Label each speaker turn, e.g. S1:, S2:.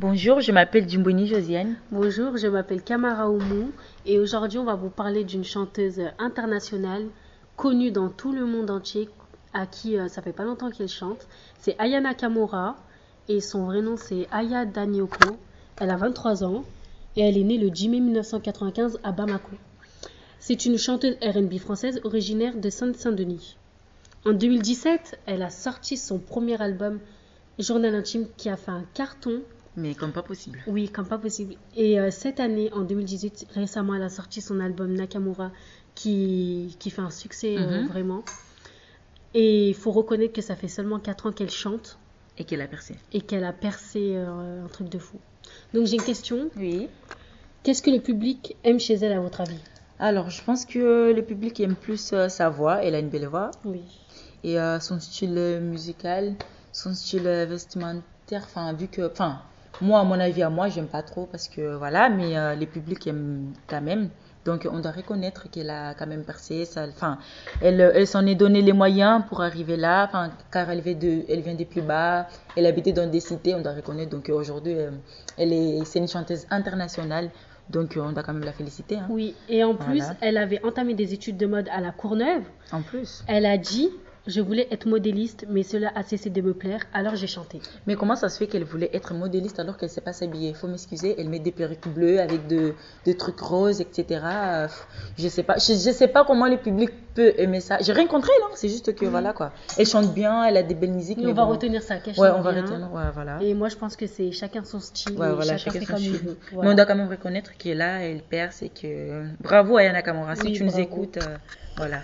S1: Bonjour, je m'appelle Djumboni Josiane.
S2: Bonjour, je m'appelle Kamara Oumou et aujourd'hui on va vous parler d'une chanteuse internationale connue dans tout le monde entier à qui euh, ça fait pas longtemps qu'elle chante. C'est Aya Nakamura et son vrai nom c'est Aya Danioko. Elle a 23 ans et elle est née le 10 mai 1995 à Bamako. C'est une chanteuse RB française originaire de Seine-Saint-Denis. En 2017, elle a sorti son premier album Journal intime qui a fait un carton
S1: Mais comme pas possible.
S2: oui, comme pas possible. Et euh, cette année, en 2018, récemment, elle a sorti son album Nakamura qui, qui fait un succès euh,
S1: Mhm.
S2: vraiment. Et il faut reconnaître que ça fait seulement 4 ans qu'elle chante
S1: Et qu'elle a percé.
S2: et qu'elle a percé euh, un truc de fou. Donc j'ai une question.
S1: Oui.
S2: Qu'est-ce que le public aime chez elle à votre avis
S1: Alors, je pense que le public aime plus euh, sa voix. Elle a une belle voix.
S2: Oui.
S1: Et euh, son style euh, musical, son style euh, vestimentaire. Enfin, vu que. Enfin, moi, à mon avis, à moi, j'aime pas trop parce que voilà. Mais euh, les publics aiment quand même. Donc, on doit reconnaître qu'elle a quand même percé. ça- Enfin, elle, euh, elle s'en est donné les moyens pour arriver là. Enfin, car elle vient, de, elle vient des plus bas. Elle habitait dans des cités, on doit reconnaître. Donc, euh, aujourd'hui, euh, elle est, c'est une chanteuse internationale. Donc, euh, on doit quand même la féliciter. hein.
S2: Oui, et en plus,
S1: Voilà.
S2: elle avait entamé des études de mode à la Courneuve.
S1: En plus.
S2: Elle a dit Je voulais être modéliste, mais cela a cessé de me plaire, alors j'ai chanté.
S1: Mais comment ça se fait qu'elle voulait être modéliste alors qu'elle ne sait pas s'habiller Faut m'excuser, elle met des perruques bleues avec de, des trucs roses, etc. Euh, pff, Je sais pas, je, je sais pas comment le public peut aimer ça. J'ai rien contre elle, hein, c'est juste que voilà quoi. Elle chante bien, elle a des belles musiques.
S2: Mais
S1: mais
S2: Mhm. on va
S1: bon.
S2: retenir ça, qu'elle
S1: Ouais,
S2: chante
S1: on va
S2: bien.
S1: retenir. Ouais, voilà.
S2: Et moi, je pense que c'est chacun son style,
S1: Ouais,
S2: et
S1: voilà, chacun
S2: chacun, fait
S1: son
S2: comme il
S1: style.
S2: veut.
S1: Mais
S2: Voilà.
S1: on doit quand même reconnaître qu'elle est là, elle perce et que. euh, Bravo Ayana Kamora, si
S2: Oui,
S1: tu nous
S2: bravo.
S1: écoutes, euh, voilà.